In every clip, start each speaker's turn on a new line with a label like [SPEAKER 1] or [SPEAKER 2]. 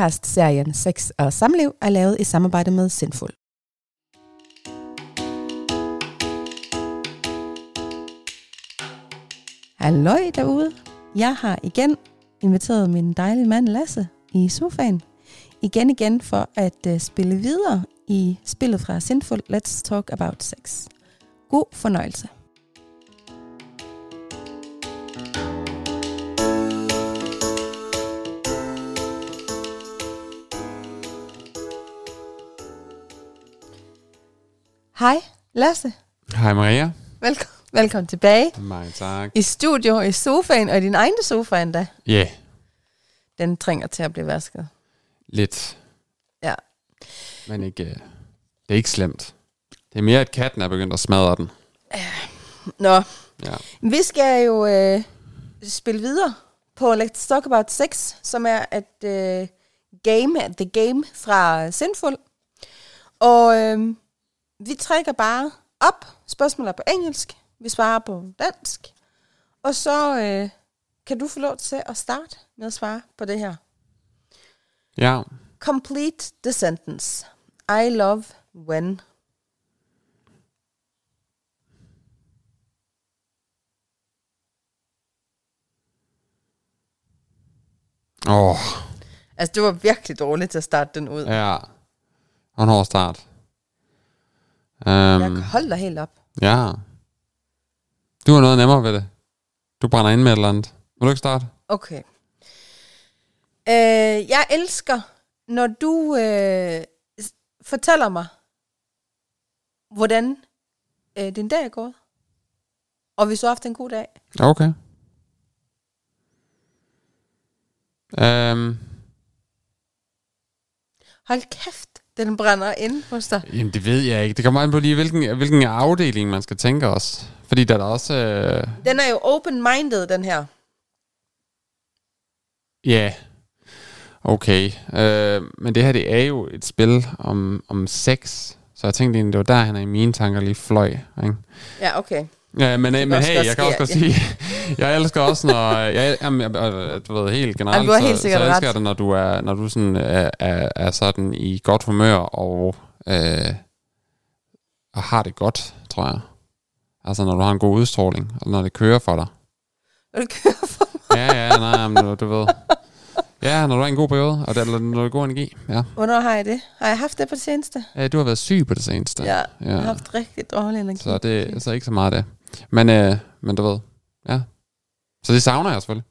[SPEAKER 1] Podcastserien Sex og Samliv er lavet i samarbejde med Sindful. Halløj derude. Jeg har igen inviteret min dejlige mand Lasse i sofaen. Igen igen for at øh, spille videre i spillet fra Sindful Let's Talk About Sex. God fornøjelse. Hej Lasse,
[SPEAKER 2] Hej Maria.
[SPEAKER 1] velkommen, velkommen tilbage.
[SPEAKER 2] Mange tak.
[SPEAKER 1] I studio, i sofaen og i din egen sofa endda.
[SPEAKER 2] Ja, yeah,
[SPEAKER 1] Den trænger til at blive vasket.
[SPEAKER 2] lidt.
[SPEAKER 1] Ja.
[SPEAKER 2] Men ikke, øh, det er ikke slemt. Det er mere, at katten er begyndt at smadre den.
[SPEAKER 1] Nå,
[SPEAKER 2] Ja.
[SPEAKER 1] vi skal jo øh, spille videre på Let's Talk About Sex, som er et øh, game, The Game fra Sindful. Og øh, vi trækker bare op. Spørgsmål er på engelsk, vi svarer på dansk. Og så øh, kan du få lov til at starte med at svare på det her.
[SPEAKER 2] ja.
[SPEAKER 1] Complete the sentence. I love when.
[SPEAKER 2] Åh, oh,
[SPEAKER 1] Altså, det var virkelig dårligt til at starte den ud. Ja.
[SPEAKER 2] ja. Og en hård start. Um,
[SPEAKER 1] Jeg holder dig helt op.
[SPEAKER 2] ja. Du har noget nemmere ved det. Du brænder ind med et eller andet. Vil du ikke starte?
[SPEAKER 1] Okay. Øh, jeg elsker, når du øh, s- fortæller mig, hvordan øh, din dag er gået. Og hvis du har haft en god dag.
[SPEAKER 2] Okay. Um,
[SPEAKER 1] Hold kæft, den brænder inde hos dig.
[SPEAKER 2] Jamen, det ved jeg ikke. Det kommer an på lige, hvilken, hvilken afdeling man skal tænke os. Fordi der er da også... Øh,
[SPEAKER 1] Den er jo open-minded, den her.
[SPEAKER 2] Ja, yeah. okay. Øh, men det her, det er jo et spil om, om sex. Så jeg tænkte egentlig, det var der, han er i mine tanker lige fløj. Ikke?
[SPEAKER 1] Ja, okay.
[SPEAKER 2] Ja, men, øh, men
[SPEAKER 1] også
[SPEAKER 2] hey,
[SPEAKER 1] godt
[SPEAKER 2] jeg kan også
[SPEAKER 1] ske,
[SPEAKER 2] godt sige, jeg elsker også, når... Jeg, jamen, jeg, øh, du ved, helt generelt,
[SPEAKER 1] Jamen, du har helt
[SPEAKER 2] så, så
[SPEAKER 1] sikkert
[SPEAKER 2] jeg elsker
[SPEAKER 1] ret.
[SPEAKER 2] det, når du er, når du sådan, er, er, er sådan i godt humør og, øh, og har det godt, tror jeg. Altså, når du har en god udstråling, og når det kører for dig.
[SPEAKER 1] Når du kører for mig.
[SPEAKER 2] Ja, ja, nej, men du, du ved. Ja, når du har en god periode, og der, eller når du har god energi. Ja.
[SPEAKER 1] Hvornår har jeg det? Har jeg haft det på det seneste?
[SPEAKER 2] Øh, Du har været syg på det seneste.
[SPEAKER 1] Ja, jeg har
[SPEAKER 2] ja.
[SPEAKER 1] haft rigtig dårlig energi.
[SPEAKER 2] Så det så ikke så meget af det. Men, øh, men du ved, ja. Så det savner jeg selvfølgelig.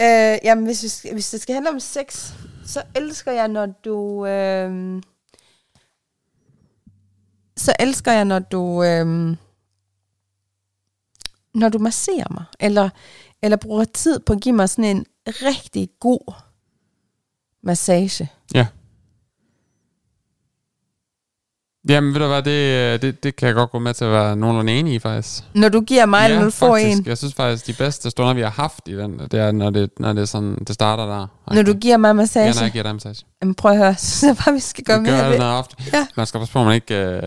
[SPEAKER 1] Øh, jamen, hvis, vi skal, hvis det skal handle om sex, så elsker jeg, når du... Øh, så elsker jeg, når du... Øh, når du masserer mig, eller, eller bruger tid på at give mig sådan en rigtig god massage.
[SPEAKER 2] Jamen, ved du hvad, det, øh, det, det kan jeg godt gå med til at være nogenlunde enig i, faktisk.
[SPEAKER 1] Når du giver mig, ja, eller når du får
[SPEAKER 2] faktisk.
[SPEAKER 1] en.
[SPEAKER 2] Jeg synes faktisk, de bedste stunder, vi har haft i den, det er, når det, når det, er sådan, det starter der.
[SPEAKER 1] Når du giver mig
[SPEAKER 2] ja,
[SPEAKER 1] massage.
[SPEAKER 2] når jeg giver dig en massage.
[SPEAKER 1] jamen, prøv at høre, så synes jeg bare, vi skal gøre
[SPEAKER 2] Det gør
[SPEAKER 1] mere
[SPEAKER 2] jeg
[SPEAKER 1] ved.
[SPEAKER 2] det noget ofte.
[SPEAKER 1] Ja.
[SPEAKER 2] Man skal passe på, at man ikke... Øh,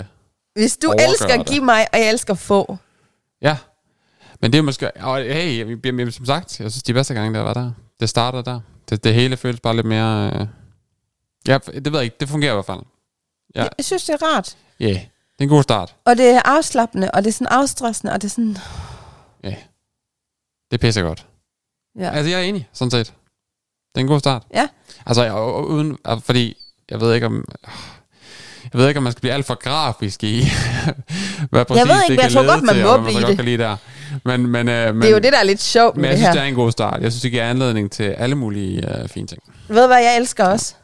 [SPEAKER 1] Hvis du
[SPEAKER 2] Overgør
[SPEAKER 1] elsker at
[SPEAKER 2] det.
[SPEAKER 1] give mig, og jeg elsker at få.
[SPEAKER 2] Ja. Men det er måske... Og hey, jeg- jeg- jeg- som sagt, jeg synes, de bedste gange, der var der. Det starter der. Det, det hele føles bare lidt mere... Øh... Ja, det ved jeg ikke. Det fungerer i hvert fald. Ja.
[SPEAKER 1] Jeg synes, det er rart.
[SPEAKER 2] Ja, yeah. det er en god start.
[SPEAKER 1] Og det er afslappende, og det er sådan afstressende, og det er sådan...
[SPEAKER 2] Ja. Yeah. Det pisser godt.
[SPEAKER 1] Ja.
[SPEAKER 2] Ja. Altså, jeg er enig, sådan set. Det er en god start.
[SPEAKER 1] Ja.
[SPEAKER 2] Altså, jeg, og- og uden... og Fordi, jeg ved ikke om... Jeg ved ikke, om man skal blive alt for grafisk i, hvad præcis
[SPEAKER 1] ved ikke, men
[SPEAKER 2] det kan
[SPEAKER 1] jeg tror
[SPEAKER 2] lede
[SPEAKER 1] godt, man
[SPEAKER 2] til,
[SPEAKER 1] må
[SPEAKER 2] og hvad man
[SPEAKER 1] blive det.
[SPEAKER 2] så godt kan lide der. Men, men, øh, men,
[SPEAKER 1] det er jo det, der er lidt sjovt
[SPEAKER 2] men
[SPEAKER 1] med
[SPEAKER 2] jeg
[SPEAKER 1] det
[SPEAKER 2] synes,
[SPEAKER 1] her.
[SPEAKER 2] det er en god start. Jeg synes, det giver anledning til alle mulige øh, fine ting.
[SPEAKER 1] Ved du, hvad jeg elsker også?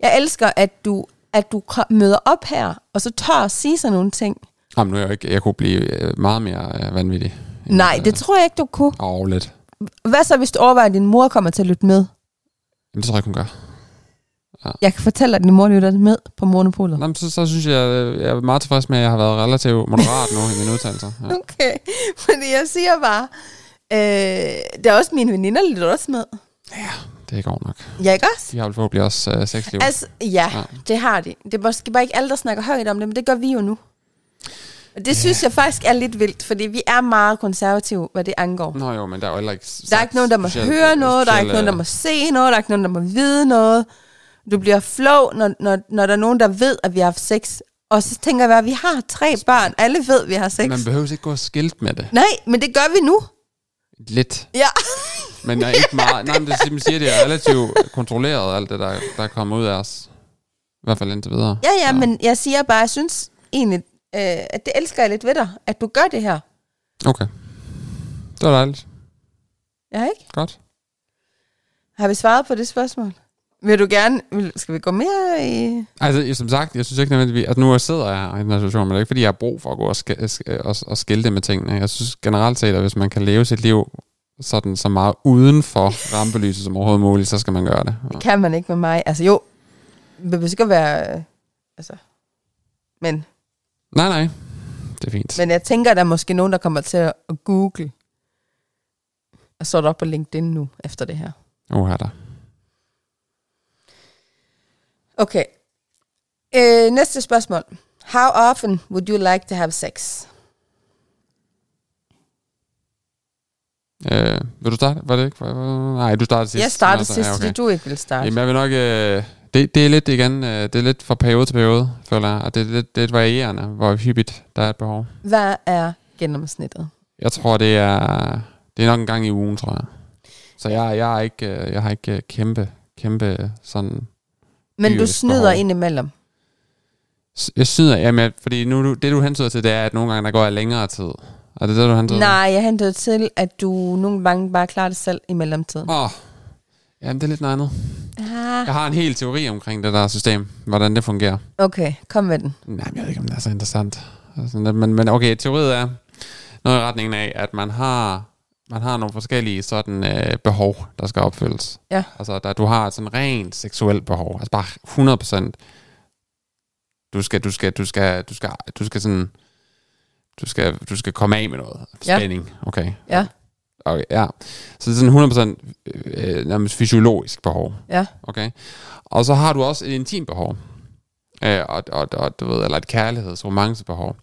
[SPEAKER 1] Jeg elsker, at du, at du kom- møder op her, og så tør at sige sådan nogle ting.
[SPEAKER 2] Jamen, nu er jeg jo ikke... Jeg kunne blive øh, meget mere øh, vanvittig.
[SPEAKER 1] Ja, Nej, det tror jeg ikke, du kunne.
[SPEAKER 2] Åh, oh, lidt.
[SPEAKER 1] Hvad så, hvis du overvejer, at din mor kommer til at lytte med?
[SPEAKER 2] Jamen, det tror jeg ikke, hun gør.
[SPEAKER 1] Jeg kan fortælle dig, at din mor lytter med på Monopolet.
[SPEAKER 2] Nå, men så, så synes jeg, øh, jeg er meget tilfreds med, at jeg har været relativt moderat nu i mine udtalelser. Ja.
[SPEAKER 1] Okay, fordi jeg siger bare, øh, det er også mine veninder, der lytter også med.
[SPEAKER 2] Det går nok.
[SPEAKER 1] Ja, ikke også?
[SPEAKER 2] De har vel forhåbentlig også øh, sexliv.
[SPEAKER 1] Altså,
[SPEAKER 2] Altså,
[SPEAKER 1] ja,
[SPEAKER 2] Ja.
[SPEAKER 1] det har de. Det er måske bare ikke alle, der snakker højt om det, men det gør vi jo nu. Og det synes jeg faktisk er lidt vildt, fordi vi er meget konservative, hvad det angår.
[SPEAKER 2] Nå jo, men der er jo heller ikke...
[SPEAKER 1] Der er ikke nogen, der må høre noget, der er ikke nogen,
[SPEAKER 2] øh,
[SPEAKER 1] der må se noget, der er ikke nogen, der må vide noget. Du bliver flov, når, når, når der er nogen, der ved, at vi har haft sex. Og så tænker jeg bare, vi har tre børn, alle ved, at vi har sex.
[SPEAKER 2] Man behøver ikke gå skilt med det.
[SPEAKER 1] Nej, men det gør vi nu.
[SPEAKER 2] Lidt.
[SPEAKER 1] Ja.
[SPEAKER 2] Men der er ikke meget... Nej, men det simpelthen siger, det er relativt kontrolleret, alt det, der, der kommer ud af os. I hvert fald indtil videre.
[SPEAKER 1] Ja, ja, men jeg siger bare, jeg synes egentlig, øh, at det elsker jeg lidt ved dig, at du gør det her.
[SPEAKER 2] Okay. Det var dejligt.
[SPEAKER 1] Ja, ikke?
[SPEAKER 2] Godt.
[SPEAKER 1] Har vi svaret på det spørgsmål? Vil du gerne... Vil, skal vi gå mere i...
[SPEAKER 2] Altså, jeg- som sagt, jeg synes ikke nødvendigvis... Altså, nu sidder jeg her i den her situation, men det er ikke, fordi jeg har brug for at gå og, sk- sk- og, og skilte med tingene. Jeg synes generelt set, at hvis man kan leve sit liv sådan så meget uden for rampelyset som overhovedet muligt, så skal man gøre det.
[SPEAKER 1] Det kan man ikke med mig. Altså jo, det behøver ikke at være... øh, Altså, men,
[SPEAKER 2] Nej, nej. Det er fint.
[SPEAKER 1] men jeg tænker, der er måske nogen, der kommer til at google. Og så er det op på LinkedIn nu, efter det her.
[SPEAKER 2] Uha, der.
[SPEAKER 1] Okay. Øh, næste spørgsmål. How often would you like to have sex?
[SPEAKER 2] Øh, vil du starte? Var det ikke? Var- var- Nej, du startede sidst.
[SPEAKER 1] Jeg startede
[SPEAKER 2] Altså,
[SPEAKER 1] sidst,
[SPEAKER 2] ja,
[SPEAKER 1] fordi
[SPEAKER 2] okay.
[SPEAKER 1] du ikke ville starte.
[SPEAKER 2] Jamen, jeg vil nok... Øh, det, det, er lidt igen, øh, det er lidt fra periode til periode, føler jeg. Og det er lidt, det er lidt varierende, hvor hyppigt der er et behov.
[SPEAKER 1] Hvad er gennemsnittet?
[SPEAKER 2] Jeg tror, det er, det er nok en gang i ugen, tror jeg. Så jeg, jeg, er ikke, øh, jeg har ikke øh, kæmpe, kæmpe sådan...
[SPEAKER 1] Men du
[SPEAKER 2] Dyrisk
[SPEAKER 1] snyder
[SPEAKER 2] behov.
[SPEAKER 1] indimellem.
[SPEAKER 2] S- Jeg syder, jamen, jeg- fordi nu, du- det du hentyder til, det er, at nogle gange der går jeg længere tid. Er det det, du hentyder
[SPEAKER 1] Nej, jeg hentede til, at du nogle gange bare klarer det selv i mellemtiden.
[SPEAKER 2] til? Åh, jamen det er lidt noget andet.
[SPEAKER 1] Ah,
[SPEAKER 2] Jeg har en hel teori omkring det der system, hvordan det fungerer.
[SPEAKER 1] okay, kom med den.
[SPEAKER 2] Nej, men jeg ved ikke, om det er så interessant. Altså, men, men okay, teoriet er noget i retningen af, at man har, man har nogle forskellige sådan øh, behov, der skal opfyldes.
[SPEAKER 1] Ja.
[SPEAKER 2] Altså, der, du har sådan rent seksuelt behov. Altså bare 100 procent. Du skal, du skal, du skal, du skal, du skal sådan, du skal, du skal komme af med noget.
[SPEAKER 1] Ja.
[SPEAKER 2] Spænding, okay.
[SPEAKER 1] Ja.
[SPEAKER 2] Okay, ja. Så det er sådan 100 procent øh, nærmest fysiologisk behov.
[SPEAKER 1] Ja.
[SPEAKER 2] Okay. Og så har du også et intimt behov. Øh, og, og, og, du ved, eller et kærligheds romancebehov.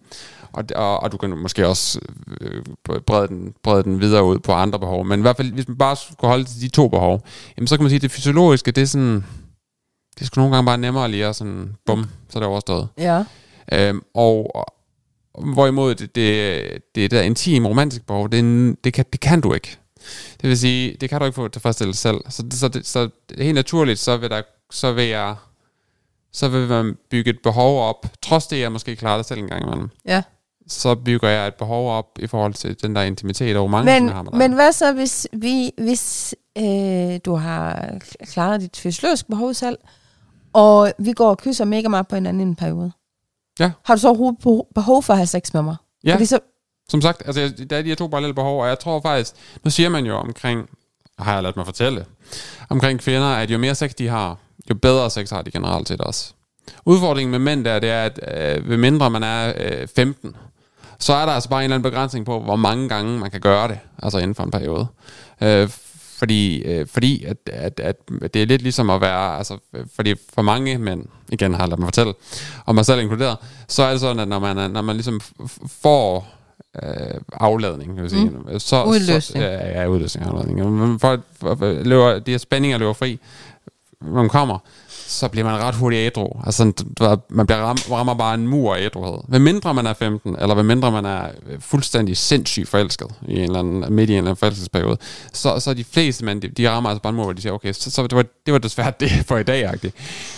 [SPEAKER 2] Og, og, og du kan måske også øh, brede, den, brede den videre ud på andre behov. Men i hvert fald, hvis man bare skulle holde til de to behov, jamen, så kan man sige, at det fysiologiske, det er sådan... Det er sgu nogle gange bare nemmere lige at sådan, bum, så er det overstået.
[SPEAKER 1] Ja.
[SPEAKER 2] Øhm, og, og hvorimod det, det, det der intime romantiske behov, det, er en- det, kan, det kan du ikke. Det vil sige, det kan du ikke få tilfredsstillet selv. Så, det, så, det, så det, helt naturligt, så vil, der, så vil jeg så vil man bygge et behov op, trods det, jeg måske klarer det selv en gang imellem.
[SPEAKER 1] Ja.
[SPEAKER 2] Så bygger jeg et behov op i forhold til den der intimitet og romance,
[SPEAKER 1] Men,
[SPEAKER 2] jeg har med dig.
[SPEAKER 1] men hvad så, hvis, vi, hvis øh, du har klaret dit fysiologiske behov selv, og vi går og kysser mega meget på hinanden i en periode?
[SPEAKER 2] Ja.
[SPEAKER 1] Har du så overhovedet beho- behov for at have sex med mig?
[SPEAKER 2] Ja.
[SPEAKER 1] Fordi så,
[SPEAKER 2] Som sagt, altså, jeg- der er de her to parallelle behov, og jeg tror faktisk, nu siger man jo omkring, har jeg ladt mig fortælle, omkring kvinder, at jo mere sex de har, jo bedre sex har de generelt set også. Udfordringen med mænd der, det er, at øh, ved mindre man er øh, 15, så er der altså bare en eller anden begrænsning på, hvor mange gange man kan gøre det, altså inden for en periode. Øh, fordi øh, fordi at, at, at det er lidt ligesom at være, altså, øh, fordi for mange mænd, igen har jeg ladet mig fortælle, og mig selv inkluderet, så er det sådan, at når man, er, når man ligesom f- f- får øh, afladning, kan vi sige, mm. så,
[SPEAKER 1] Udløsning.
[SPEAKER 2] Så, ja, ja, udløsning og afladning. Men For, for, for, løber, de her spændinger løber fri, når man kommer, så bliver man ret hurtigt ædru. Altså, sådan, du ved, man bliver ram, rammer bare en mur af ædruhed. Hvad mindre man er 15, eller hvad mindre man er øh, fuldstændig sindssygt forelsket i en eller anden, midt i en eller anden forelskelsesperiode, så, så de fleste mænd, de, de rammer altså bare en mur, hvor de siger, okay, så, så det, var, det var desværre det for i dag, -agtigt.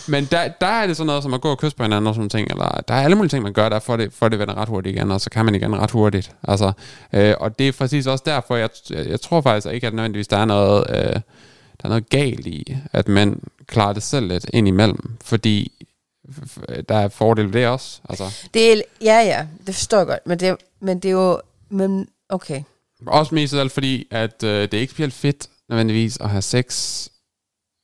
[SPEAKER 2] Men der, der er det sådan noget som at gå og kysse på hinanden og sådan nogle ting, eller der er alle mulige ting, man gør, der får det, får det vender ret hurtigt igen, og så kan man igen ret hurtigt. Altså, øh, og det er præcis også derfor, jeg, jeg, jeg tror faktisk ikke, at nødvendigvis der er noget... Øh, der er noget galt i, at man klarer det selv lidt indimellem, fordi f- f- der er fordele ved det også. Altså,
[SPEAKER 1] det er, ja, ja, det forstår jeg godt, men det, men det er jo, men okay.
[SPEAKER 2] også mest af alt fordi, at øh, det ikke bliver fedt nødvendigvis at have sex,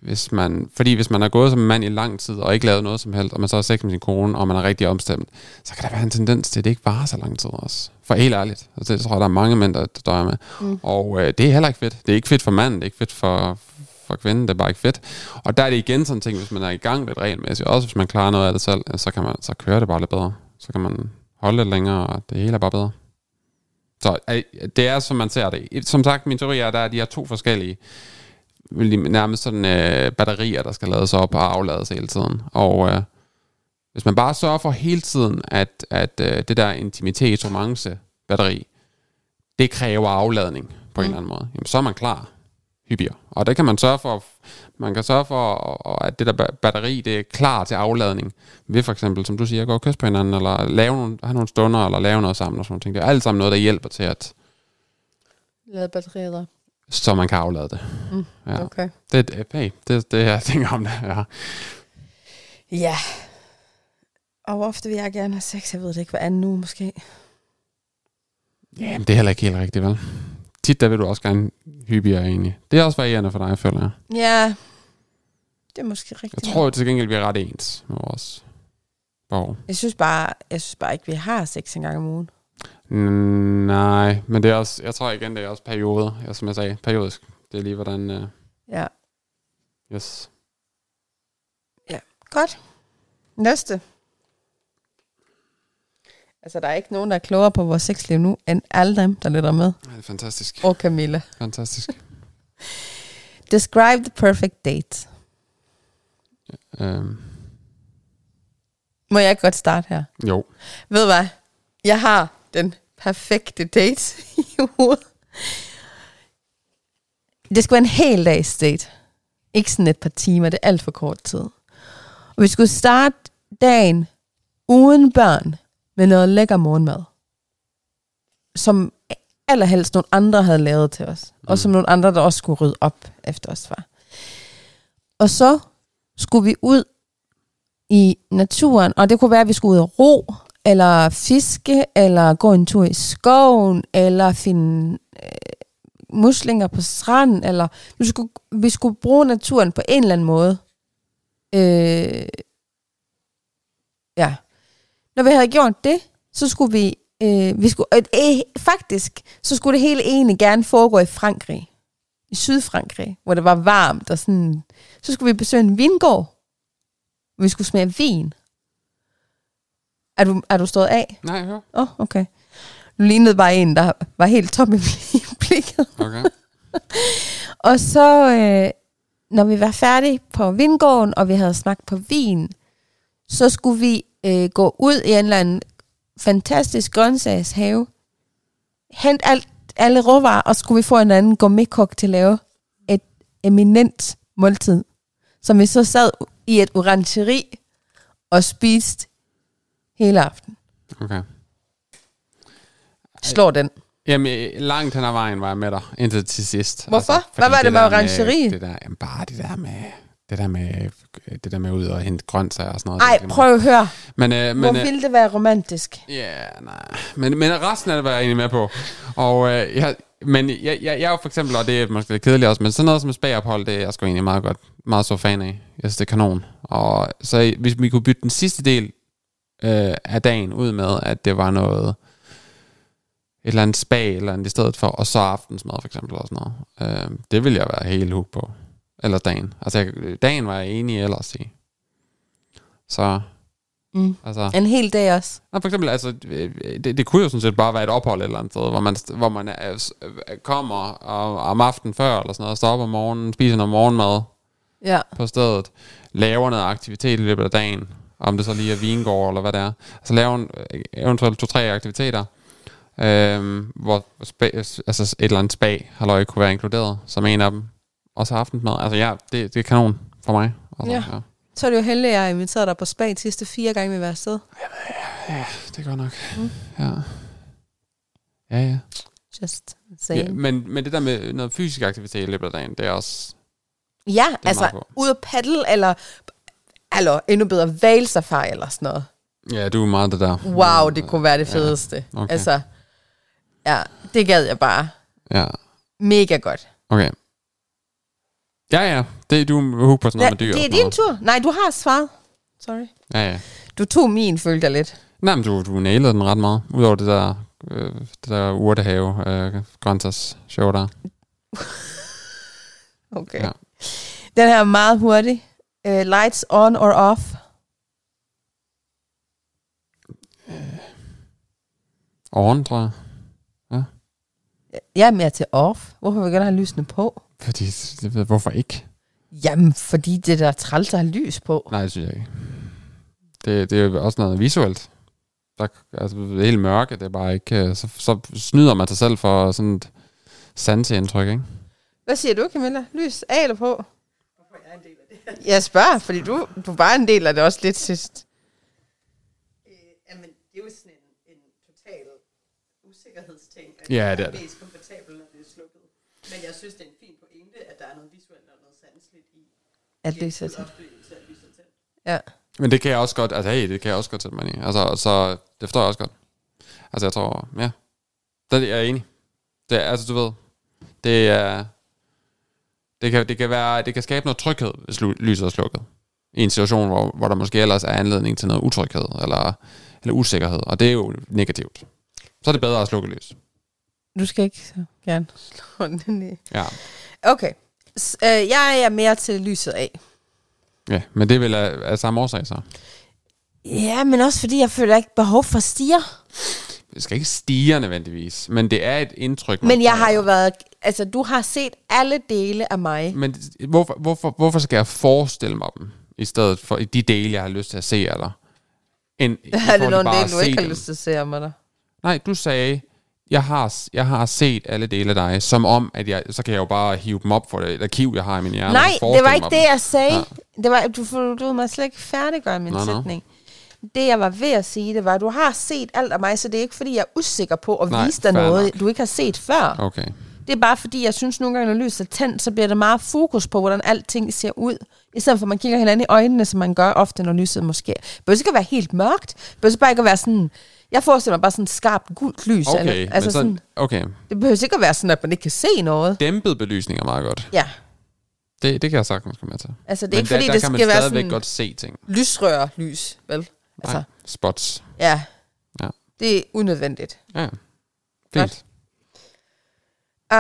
[SPEAKER 2] hvis man, fordi hvis man har gået som mand i lang tid og ikke lavet noget som helst, og man så har sex med sin kone, og man er rigtig omstemt, så kan der være en tendens til, at det ikke varer så lang tid også. For helt ærligt. Altså, det tror jeg, der er mange mænd, der der døjer med. Mm. Og øh, det er heller ikke fedt. Det er ikke fedt for manden, det er ikke fedt for, for kvinden, det er bare ikke fedt. Og der er det igen sådan en ting, hvis man er i gang lidt regelmæssigt, også hvis man klarer noget af det selv, så, kan man, så kører det bare lidt bedre. Så kan man holde lidt længere, og det hele er bare bedre. Så øh, det er, som man ser det. Som sagt, min teori er, at der er de her to forskellige vil de nærmest sådan øh, batterier, der skal lades op og aflades hele tiden. Og øh, hvis man bare sørger for hele tiden, at, at øh, det der intimitet romance batteri det kræver afladning på en eller anden måde, jamen, så er man klar hyppigere. Og der kan man sørge for, man kan sørge for, at det der ba- batteri, det er klar til afladning. Ved for eksempel, som du siger, gå og kysse på hinanden, eller lave nogle, have nogle stunder, eller lave noget sammen, og sådan nogle ting. Det er alt sammen noget, der hjælper til, at,
[SPEAKER 1] Lade batteriet op.
[SPEAKER 2] så man kan aflade det.
[SPEAKER 1] Mm,
[SPEAKER 2] Ja.
[SPEAKER 1] Okay.
[SPEAKER 2] Det, det- hey, det, det er jeg tænker om det. Ja.
[SPEAKER 1] Ja. Og hvor ofte vil jeg gerne have sex? Jeg ved det ikke, hvad anden uge måske.
[SPEAKER 2] Jamen, det er heller ikke helt rigtigt, vel? Tit, der vil du også gerne hyppigere, egentlig. Det er også varierende for dig, føler jeg.
[SPEAKER 1] Ja. Det er måske rigtigt.
[SPEAKER 2] Jeg tror til gengæld, vi er ret ens med vores behov.
[SPEAKER 1] jeg synes bare, jeg synes bare ikke, vi har sex en gang om ugen.
[SPEAKER 2] Mm, nej, men det er også, jeg tror igen, det er også perioder. Ja, som jeg sagde, periodisk. Det er lige, hvordan... Uh,
[SPEAKER 1] Ja.
[SPEAKER 2] yes.
[SPEAKER 1] Godt. Næste. Altså, der er ikke nogen, der er klogere på vores sexliv nu, end alle dem, der lytter med.
[SPEAKER 2] Ej, Det er fantastisk.
[SPEAKER 1] Og Camilla.
[SPEAKER 2] Fantastisk.
[SPEAKER 1] Describe the perfect date.
[SPEAKER 2] øhm,
[SPEAKER 1] Må jeg godt starte her?
[SPEAKER 2] jo.
[SPEAKER 1] Ved du hvad? Jeg har den perfekte date i hovedet. Det skulle være en hel dags date. Ikke sådan et par timer, det er alt for kort tid. Og vi skulle starte dagen uden børn med noget lækker morgenmad. Som allerhelst nogle andre havde lavet til os. Mm. Og som nogle andre, der også skulle rydde op efter os var. Og så skulle vi ud i naturen, og det kunne være, at vi skulle ud og ro, eller fiske, eller gå en tur i skoven, eller finde øh, muslinger på stranden, eller vi skulle, vi skulle bruge naturen på en eller anden måde. Øh, ja. Når vi havde gjort det, så skulle vi, øh, vi skulle, øh, øh, faktisk, så skulle det hele egentlig gerne foregå i Frankrig. I Sydfrankrig, hvor det var varmt og sådan. Så skulle vi besøge en vingård, vi skulle smage vin. Er du, er du stået af?
[SPEAKER 2] Nej, hør.
[SPEAKER 1] Åh, oh, okay. Du lignede bare en, der var helt tom i blikket.
[SPEAKER 2] Okay.
[SPEAKER 1] Og så, øh, når vi var færdige på vingården, og vi havde smagt på vin, så skulle vi øh, gå ud i en eller anden fantastisk grøntsagshave, hente alt, alle råvarer, og skulle vi få en anden gourmetkok til at lave et eminent måltid, som vi så sad i et orangeri og spiste hele aften.
[SPEAKER 2] Okay.
[SPEAKER 1] Slår den.
[SPEAKER 2] Jamen, øh, langt hen ad vejen var jeg med dig, indtil til sidst. Altså,
[SPEAKER 1] Hvorfor?
[SPEAKER 2] fordi
[SPEAKER 1] Hvad var det med
[SPEAKER 2] der
[SPEAKER 1] orangeriet?
[SPEAKER 2] Det der, jamen, bare det der med... Det der med, det der med ud og hente grøntsager og sådan noget. det er
[SPEAKER 1] Ej,
[SPEAKER 2] meget-
[SPEAKER 1] prøv at høre.
[SPEAKER 2] Men, øh,
[SPEAKER 1] Hvor
[SPEAKER 2] men, øh,
[SPEAKER 1] ville det være romantisk?
[SPEAKER 2] Ja, nej. Men, men resten af det var jeg egentlig med på. Og øh, jeg, men jeg, jeg, jeg er jo for eksempel, og det er måske lidt kedeligt også, men sådan noget som et spagophold, det er jeg sgu egentlig meget godt, meget så fan af. Jeg synes, det er kanon. Og så hvis vi kunne bytte den sidste del øh, af dagen ud med, at det var noget et eller andet spag eller andet i stedet for, og så aftensmad for eksempel og sådan noget. Øh, det ville jeg være helt hooked på. Eller dagen. Altså jeg, dagen var jeg enig i ellers i. Så,
[SPEAKER 1] Mm.
[SPEAKER 2] altså...
[SPEAKER 1] En hel dag også.
[SPEAKER 2] Nå, for eksempel, altså, øh, det, det kunne jo sådan set bare være et ophold et eller andet sted, hvor man, hvor man øh, s- øh, kommer og, om aftenen før, eller sådan noget, står op om morgenen, spiser noget morgenmad
[SPEAKER 1] Ja.
[SPEAKER 2] på stedet, laver noget aktivitet i løbet af dagen, om det så lige er vingård eller hvad det er. Altså laver en, øh, eventuelt to-tre aktiviteter, øh, hvor spa, altså et eller andet spag halløj, kunne være inkluderet som en af dem. Og så aftensmad. Altså ja, det, det er kanon for mig. Altså,
[SPEAKER 1] Ja. Så er det jo heldigt, at jeg har inviteret dig på spa de sidste fire gange, vi var afsted.
[SPEAKER 2] Det er godt nok. Ja. Ja, ja.
[SPEAKER 1] Just
[SPEAKER 2] Ja,
[SPEAKER 1] saying.
[SPEAKER 2] men, men det der med noget fysisk aktivitet i løbet af dagen, det er også...
[SPEAKER 1] Ja, ja
[SPEAKER 2] er meget
[SPEAKER 1] altså
[SPEAKER 2] godt.
[SPEAKER 1] ud og paddle, eller, eller endnu bedre, valsafari eller sådan noget.
[SPEAKER 2] Ja, du er meget det der.
[SPEAKER 1] Wow, det kunne være det fedeste. Ja,
[SPEAKER 2] okay.
[SPEAKER 1] okay. Altså, ja, det gad jeg bare.
[SPEAKER 2] Ja,
[SPEAKER 1] Mega godt.
[SPEAKER 2] okay. Ja, ja. Det, du er hooked på sådan noget med dyr.
[SPEAKER 1] det
[SPEAKER 2] og
[SPEAKER 1] er
[SPEAKER 2] sådan
[SPEAKER 1] din
[SPEAKER 2] noget.
[SPEAKER 1] tur. Nej, du har svaret. Sorry.
[SPEAKER 2] Ja, ja.
[SPEAKER 1] Du tog min, følte jeg lidt.
[SPEAKER 2] Nej, men du, du nailede den ret meget. Udover det der, øh, det der urtehave, øh, grøntsers show der.
[SPEAKER 1] Okay.
[SPEAKER 2] Ja.
[SPEAKER 1] Ja. Den her er meget hurtig. Uh, lights on or off?
[SPEAKER 2] On, tror jeg.
[SPEAKER 1] Jeg er mere til off. Hvorfor vil jeg gerne have lysene på?
[SPEAKER 2] Fordi, jeg ved, hvorfor ikke?
[SPEAKER 1] Jamen, fordi det der træls at have lys på.
[SPEAKER 2] Nej, det synes jeg ikke. Det, det er jo også noget visuelt. Der, altså, det er helt mørke, det er bare ikke... øh, Så, så snyder man sig selv for sådan et sanseindtryk, ikke?
[SPEAKER 1] Hvad siger du, Camilla? Lys af eller på? Hvorfor jeg er en del af det? Jeg spørger, fordi du, du var en del af det også lidt sidst.
[SPEAKER 3] Øh, jamen, det er jo sådan en, en total usikkerhedsting, at
[SPEAKER 2] Ja,
[SPEAKER 3] jeg
[SPEAKER 2] det er det.
[SPEAKER 3] mest komfortabel, når det er slukket. Men jeg synes, det er en fin pointe, at der er noget visuelt og noget sanseligt i.
[SPEAKER 1] At det er så
[SPEAKER 3] tæt. Oplevelse af lyset tæt.
[SPEAKER 1] Ja.
[SPEAKER 2] Men det kan jeg også godt... Altså, hey, det kan jeg også godt sætte mig ind i. Altså, så det forstår jeg også godt. Altså, jeg tror... Ja. Det er jeg enig. Det er, altså, du ved... Det er... Det kan, det kan, være, det kan skabe noget tryghed, hvis lu- lyset er slukket. I en situation, hvor, hvor der måske ellers er anledning til noget utryghed eller, eller usikkerhed. Og det er jo negativt. Så er det bedre at slukke lys.
[SPEAKER 1] Du skal ikke så gerne slå den ned.
[SPEAKER 2] Ja.
[SPEAKER 1] Okay. S- øh, jeg er mere til lyset af.
[SPEAKER 2] ja men det er vel af, af samme årsag, så.
[SPEAKER 1] Ja, men også fordi jeg føler ikke behov for stiger.
[SPEAKER 2] Det skal ikke stige nødvendigvis, men det er et indtryk. man
[SPEAKER 1] Men jeg
[SPEAKER 2] får.
[SPEAKER 1] har jo været... Altså, du har set alle dele af mig.
[SPEAKER 2] Men hvorfor, hvorfor, hvorfor skal jeg forestille mig dem, i stedet for i de dele, jeg har lyst til at se af dig? End, i
[SPEAKER 1] Er
[SPEAKER 2] forhold
[SPEAKER 1] det
[SPEAKER 2] til
[SPEAKER 1] nogle
[SPEAKER 2] bare at
[SPEAKER 1] dele, du
[SPEAKER 2] se
[SPEAKER 1] ikke har
[SPEAKER 2] dem?
[SPEAKER 1] lyst til at se af mig der?
[SPEAKER 2] Nej, du sagde, jeg har, jeg har set alle dele af dig, som om, at jeg, så kan jeg jo bare hive dem op for det, et arkiv, jeg har i min hjerne.
[SPEAKER 1] Nej,
[SPEAKER 2] og
[SPEAKER 1] det
[SPEAKER 2] forestille
[SPEAKER 1] var ikke
[SPEAKER 2] mig
[SPEAKER 1] det,
[SPEAKER 2] dem.
[SPEAKER 1] jeg sagde.
[SPEAKER 2] Ja.
[SPEAKER 1] Det var, du, får- du må slet ikke færdiggøre min
[SPEAKER 2] Nå, nå.
[SPEAKER 1] sætning. Det, jeg var ved at sige, det var, at du har set alt af mig, så det er ikke, fordi jeg er usikker på at
[SPEAKER 2] Nej,
[SPEAKER 1] vise dig
[SPEAKER 2] fair
[SPEAKER 1] noget,
[SPEAKER 2] nok.
[SPEAKER 1] du ikke har set før.
[SPEAKER 2] Okay.
[SPEAKER 1] Det er bare, fordi jeg synes, nogle gange, når lyset er tændt, så bliver der meget fokus på, hvordan alting ser ud. I stedet for, at man kigger hinanden i øjnene, som man gør ofte, når lyset måske... Det behøver ikke at være helt mørkt. Det behøver bare ikke at være sådan... Jeg forestiller mig bare sådan skarpt gult lys.
[SPEAKER 2] Okay,
[SPEAKER 1] eller, altså
[SPEAKER 2] men
[SPEAKER 1] sådan,
[SPEAKER 2] sådan,
[SPEAKER 1] sådan,
[SPEAKER 2] okay.
[SPEAKER 1] det behøver ikke at være sådan, at man ikke kan se noget.
[SPEAKER 2] Dæmpet belysning er meget godt.
[SPEAKER 1] Ja,
[SPEAKER 2] Det, det kan jeg sagtens komme med til. Det
[SPEAKER 1] altså det er
[SPEAKER 2] men
[SPEAKER 1] ikke, fordi
[SPEAKER 2] der, der
[SPEAKER 1] det
[SPEAKER 2] kan
[SPEAKER 1] skal
[SPEAKER 2] man
[SPEAKER 1] være
[SPEAKER 2] stadigvæk
[SPEAKER 1] sådan...
[SPEAKER 2] godt se ting.
[SPEAKER 1] lysrør lys, vel? Altså,
[SPEAKER 2] Nej, spots.
[SPEAKER 1] ja.
[SPEAKER 2] Ja.
[SPEAKER 1] Det er unødvendigt.
[SPEAKER 2] Ja, ja.
[SPEAKER 1] Godt.
[SPEAKER 2] Fint.
[SPEAKER 1] Uh,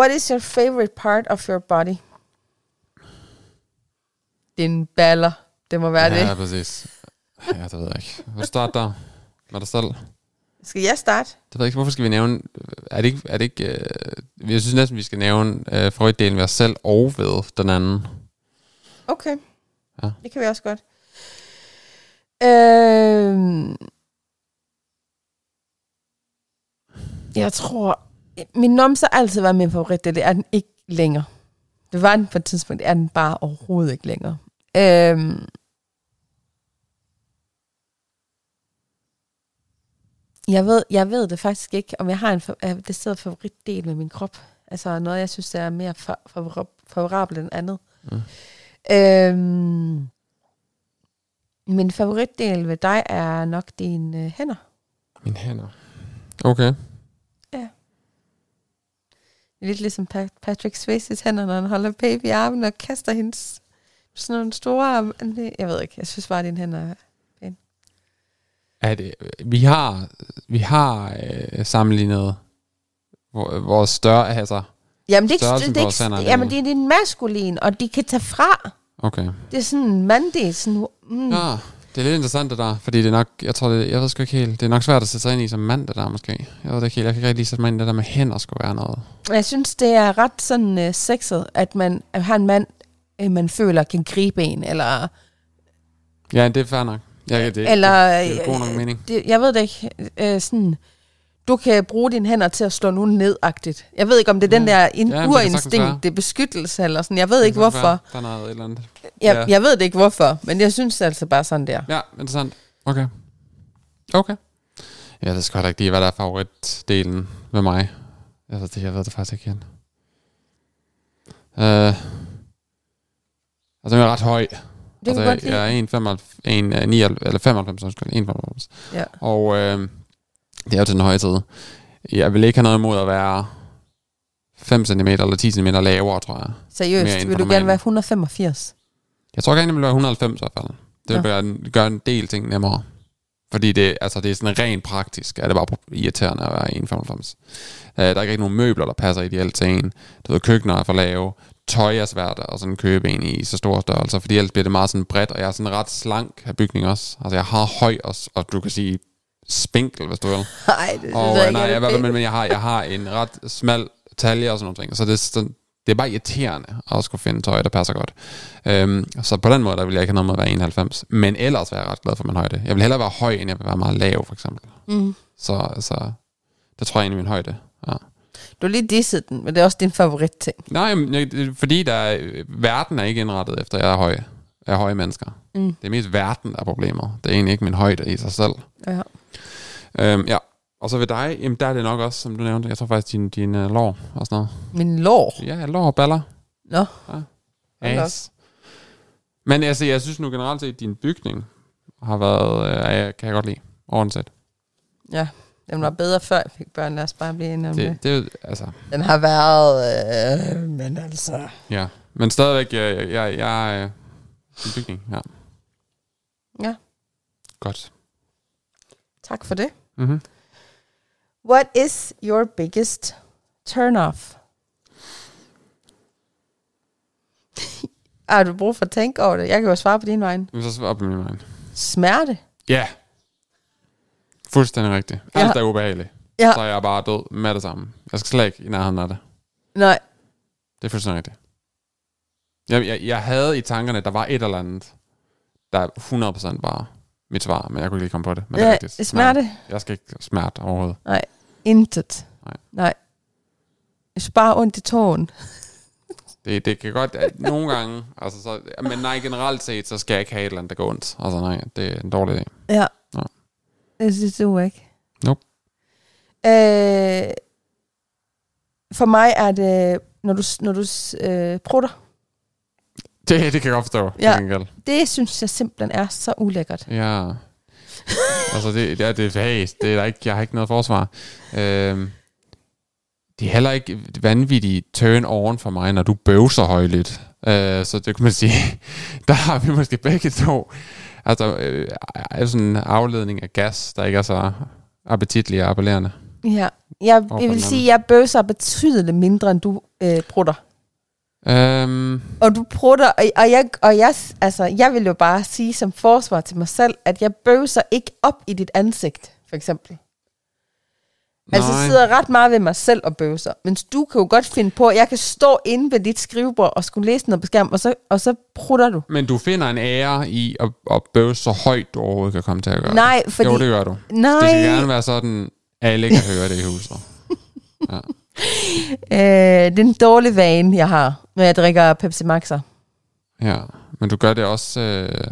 [SPEAKER 1] what is your favorite part of your body? Din baller. Det må være
[SPEAKER 2] ja,
[SPEAKER 1] det.
[SPEAKER 2] præcis. Ja, det ved jeg ikke. Hvor start der med dig selv?
[SPEAKER 1] Skal jeg starte?
[SPEAKER 2] Det ved jeg ikke, hvorfor skal vi nævne... Er det ikke... Er det ikke øh, jeg synes næsten, vi skal nævne øh, Freud-delen ved os selv og ved den anden.
[SPEAKER 1] Okay.
[SPEAKER 2] Ja.
[SPEAKER 1] Det kan vi også godt. Øhm, jeg tror, min numse har altid været min favorit, det er den ikke længere. Det var den på et tidspunkt, det er den bare overhovedet ikke længere. Øhm, jeg, ved, jeg ved det faktisk ikke, om jeg har en fa- øh, decideret favoritdel med min krop. Altså noget, jeg synes, der er mere fa- favora- favorabel end andet. Øhm, min favoritdel ved dig er nok dine øh, hænder.
[SPEAKER 2] Mine hænder. Okay.
[SPEAKER 1] Lidt ligesom Pa- Patrick Swayze's hænder, når han holder baby i armen og kaster hendes sådan nogle store arme. Jeg ved ikke, jeg synes bare, at dine hænder er-
[SPEAKER 2] Er det, vi har, vi har øh, sammenlignet vor- vores større... Altså,
[SPEAKER 1] Jamen, det er ikke,
[SPEAKER 2] Størrelsen
[SPEAKER 1] det er
[SPEAKER 2] på vores hænder er
[SPEAKER 1] ikke, jamen,
[SPEAKER 2] lige-
[SPEAKER 1] det er din maskulin, og de kan tage fra.
[SPEAKER 2] okay.
[SPEAKER 1] Det er sådan en manddel. Sådan, mm,
[SPEAKER 2] Ja, det er lidt interessant det der, fordi det er nok... Jeg tror, det, jeg ved sgu ikke helt... Det er nok svært at sætte sig ind i som mand, det der måske. Jeg ved det ikke helt. Jeg kan ikke rigtig sætte mig ind i det der med hænder skulle være noget.
[SPEAKER 1] Jeg synes, det er ret sådan øh, sexet, at man at har en mand, øh, man føler kan gribe en, eller...
[SPEAKER 2] Ja, det er fair nok. Ja, ja, det,
[SPEAKER 1] Eller, øh,
[SPEAKER 2] det, det er god nok mening.
[SPEAKER 1] det, jeg ved det ikke, øh, sådan, du kan bruge dine hænder til at slå nogen nedagtigt. Jeg ved ikke, om det er den
[SPEAKER 2] Mm. Ja.
[SPEAKER 1] der
[SPEAKER 2] men det
[SPEAKER 1] in-
[SPEAKER 2] kan sagtens være.
[SPEAKER 1] urinstinkt, det er beskyttelse eller sådan. Jeg ved ikke, hvorfor.
[SPEAKER 2] Der er noget et eller andet.
[SPEAKER 1] Jeg,
[SPEAKER 2] Ja.
[SPEAKER 1] jeg ved det ikke, hvorfor, men jeg synes det er altså bare sådan der.
[SPEAKER 2] Ja, interessant. Okay. Okay. Jeg ved sgu heller ikke lige, hvad der er favoritdelen med mig. Jeg ved det, jeg ved det faktisk ikke igen. Øh, altså, jeg er ret høj.
[SPEAKER 1] Det kan
[SPEAKER 2] altså,
[SPEAKER 1] jeg godt lide.
[SPEAKER 2] jeg er 1,95, en, øh, 99 eller 95, undskyld, 1,95.
[SPEAKER 1] Ja.
[SPEAKER 2] Og øh, det er jo til den høje tid. Jeg vil ikke have noget imod at være 5 cm eller 10 cm lavere, tror jeg. Mere
[SPEAKER 1] Seriøst,
[SPEAKER 2] inden
[SPEAKER 1] vil
[SPEAKER 2] for
[SPEAKER 1] du gerne
[SPEAKER 2] normalen.
[SPEAKER 1] være 185?
[SPEAKER 2] Jeg tror gerne, det ville være 190 i hvert fald. Det
[SPEAKER 1] Nå.
[SPEAKER 2] ville gøre, gøre en del ting nemmere. Fordi det, altså, det er sådan rent praktisk, at det bare irriterende at være 195. Uh, der er ikke rigtig nogen møbler, der passer ideelt til en. Du ved, køkkener er for lave, tøj er svært at sådan købe en i så store størrelser, fordi ellers bliver det meget sådan bredt, og jeg er sådan ret slank af bygning også. Altså jeg har høj også, og du kan sige spinkel, hvis du vil.
[SPEAKER 1] Nej, det synes
[SPEAKER 2] Og
[SPEAKER 1] jeg
[SPEAKER 2] øh,
[SPEAKER 1] ikke
[SPEAKER 2] nej,
[SPEAKER 1] er
[SPEAKER 2] jeg, i
[SPEAKER 1] det
[SPEAKER 2] hvert fald,
[SPEAKER 1] fedeste.
[SPEAKER 2] men, men jeg, har, jeg har en ret smal talje og sådan nogle ting, så det, er sådan, det er bare irriterende at skulle finde tøj, der passer godt. Øhm, så på den måde, der vil jeg ikke have noget med at være 91. Men ellers var jeg ret glad for min højde. Jeg vil hellere være høj, end jeg vil være meget lav, for eksempel.
[SPEAKER 1] Mm.
[SPEAKER 2] Så, så det tror jeg egentlig er min højde. Ja.
[SPEAKER 1] Du har lige disset den, men det er også din favoritting.
[SPEAKER 2] Nej, men jeg- det er fordi der er, verden er ikke indrettet efter, at jeg er høj. Jeg er høje mennesker.
[SPEAKER 1] Mm.
[SPEAKER 2] Det er mest verden, der er problemet. Det er egentlig ikke min højde i sig selv.
[SPEAKER 1] Ja.
[SPEAKER 2] Øhm, ja. Og så ved dig, jamen der er det nok også, som du nævnte, jeg tror faktisk, din, din uh, lår og sådan noget.
[SPEAKER 1] Min lår.
[SPEAKER 2] Ja, lår og baller.
[SPEAKER 1] Nå. Hold da
[SPEAKER 2] As. Men altså, jeg synes nu generelt set, at din bygning har været, øh, ja, kan jeg godt lide, ordentligt.
[SPEAKER 1] Den var bedre før jeg fik børn. Lad os bare blive enige om det.
[SPEAKER 2] Det, det, er jo- altså,
[SPEAKER 1] Den har været... Øh, men altså...
[SPEAKER 2] ja. Men stadigvæk, øh, jeg, jeg, jeg, jeg øh, din bygning, ja.
[SPEAKER 1] Ja.
[SPEAKER 2] Godt.
[SPEAKER 1] Tak for det.
[SPEAKER 2] Mm-hmm.
[SPEAKER 1] What is your biggest turn-off? Har du brug for at tænke over det? Jeg kan jo svare på din vej.
[SPEAKER 2] Men så op i min mind.
[SPEAKER 1] Smerte.
[SPEAKER 2] Ja. Fuldstændig rigtigt. Alt,
[SPEAKER 1] Ja.
[SPEAKER 2] der er ubehageligt.
[SPEAKER 1] Ja.
[SPEAKER 2] Så er jeg bare død med det samme. Jeg skal slet ikke i nærheden af det.
[SPEAKER 1] Nej.
[SPEAKER 2] Det er fuldstændig rigtigt. Jeg, jeg, jeg havde i tankerne, at der var et eller andet, der 100% var mit svar, men jeg kunne ikke lige komme på det. Men det er
[SPEAKER 1] Ja,
[SPEAKER 2] rigtigt.
[SPEAKER 1] smerte.
[SPEAKER 2] Jeg skal ikke smerte overhovedet.
[SPEAKER 1] Intet.
[SPEAKER 2] Nej.
[SPEAKER 1] Nej. Jeg synes bare ondt i tåen.
[SPEAKER 2] Det, det kan godt, at nogle gange, altså så, men nej, generelt set, så skal jeg ikke have et eller andet, der går ondt. Altså nej, det er en dårlig idé.
[SPEAKER 1] Ja.
[SPEAKER 2] Nå.
[SPEAKER 1] Det synes du ikke.
[SPEAKER 2] Nope.
[SPEAKER 1] Øh, for mig er det, når du, når du øh, prutter,
[SPEAKER 2] Det, det kan jeg godt forstå. til
[SPEAKER 1] Ja.
[SPEAKER 2] gengæld.
[SPEAKER 1] det synes jeg simpelthen er så ulækkert.
[SPEAKER 2] Ja. altså, det, ja, det er hey, det er der ikke, jeg har ikke noget forsvar. Øhm, det er heller ikke vanvittigt turn on for mig, når du bøvser højlydt. Øh, så det kan man sige, der har vi måske begge to. Altså, øh, er sådan en afledning af gas, der ikke er så appetitlig og appellerende.
[SPEAKER 1] Ja. Jeg,
[SPEAKER 2] for
[SPEAKER 1] jeg
[SPEAKER 2] den
[SPEAKER 1] vil sige,
[SPEAKER 2] anden.
[SPEAKER 1] at jeg bøvser betydeligt mindre, end du øh, prutter.
[SPEAKER 2] Øhm,
[SPEAKER 1] Og du prutter, og, og, jeg, og jeg, altså, jeg vil jo bare sige som forsvar til mig selv, at jeg bøvser ikke op i dit ansigt, for eksempel. Altså, jeg
[SPEAKER 2] nej.
[SPEAKER 1] sidder ret meget ved mig selv og bøvser. Men du kan jo godt finde på, at jeg kan stå inde ved dit skrivebord og skulle læse noget på skærmen, og så, og så prutter du.
[SPEAKER 2] Men du finder en ære i at, at bøvse så højt, du overhovedet kan komme til at gøre
[SPEAKER 1] Nej,
[SPEAKER 2] det.
[SPEAKER 1] fordi-
[SPEAKER 2] Jo, det gør du. Det skal
[SPEAKER 1] Nej,
[SPEAKER 2] gerne være sådan, alle kan høre det i huset.
[SPEAKER 1] øh, det er en dårlig vane, jeg har, når jeg drikker Pepsi Max'er.
[SPEAKER 2] Ja, men du gør det også... Øh,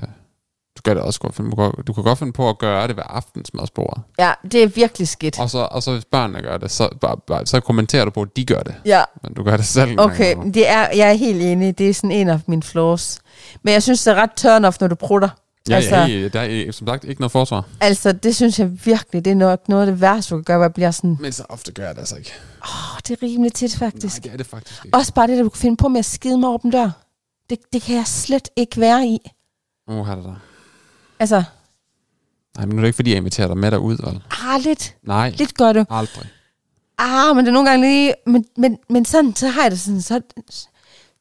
[SPEAKER 2] du gør det også godt. Du kan, du kan godt finde på at gøre det ved aftensmadsbordet.
[SPEAKER 1] Ja, det er virkelig skidt.
[SPEAKER 2] Og så, og så hvis børnene gør det, så, bare, bare, så kommenterer du på, at de gør det.
[SPEAKER 1] Ja,
[SPEAKER 2] Men du gør det selv. en gang
[SPEAKER 1] Okay,
[SPEAKER 2] imellem.
[SPEAKER 1] det er, jeg er helt enig. Det er sådan en af mine flaws. Men jeg synes, det er ret turn-off, når du prutter.
[SPEAKER 2] Ja,
[SPEAKER 1] altså-
[SPEAKER 2] altså... ja, hey, der er øh, som sagt ikke noget forsvar.
[SPEAKER 1] Altså, det synes jeg virkelig, det er nok noget af det værste, du kan gøre, hvor jeg bliver sådan,
[SPEAKER 2] Men så ofte gør jeg det altså ikke.
[SPEAKER 1] åh, det er rimelig tit
[SPEAKER 2] Nej,
[SPEAKER 1] faktisk.
[SPEAKER 2] det er det faktisk ikke.
[SPEAKER 1] Også bare det, at du kan finde på med at skide mig åben dør. Det, det kan jeg slet ikke være i.
[SPEAKER 2] Uh, har det der.
[SPEAKER 1] Altså,
[SPEAKER 2] Nej, men nu er det ikke, fordi jeg inviterer dig med derud, vel?
[SPEAKER 1] ah, lidt,
[SPEAKER 2] Nej,
[SPEAKER 1] lidt gør du.
[SPEAKER 2] aldrig.
[SPEAKER 1] Ah, men det er nogle gange lige, men, men, men sådan, så har jeg det sådan, så,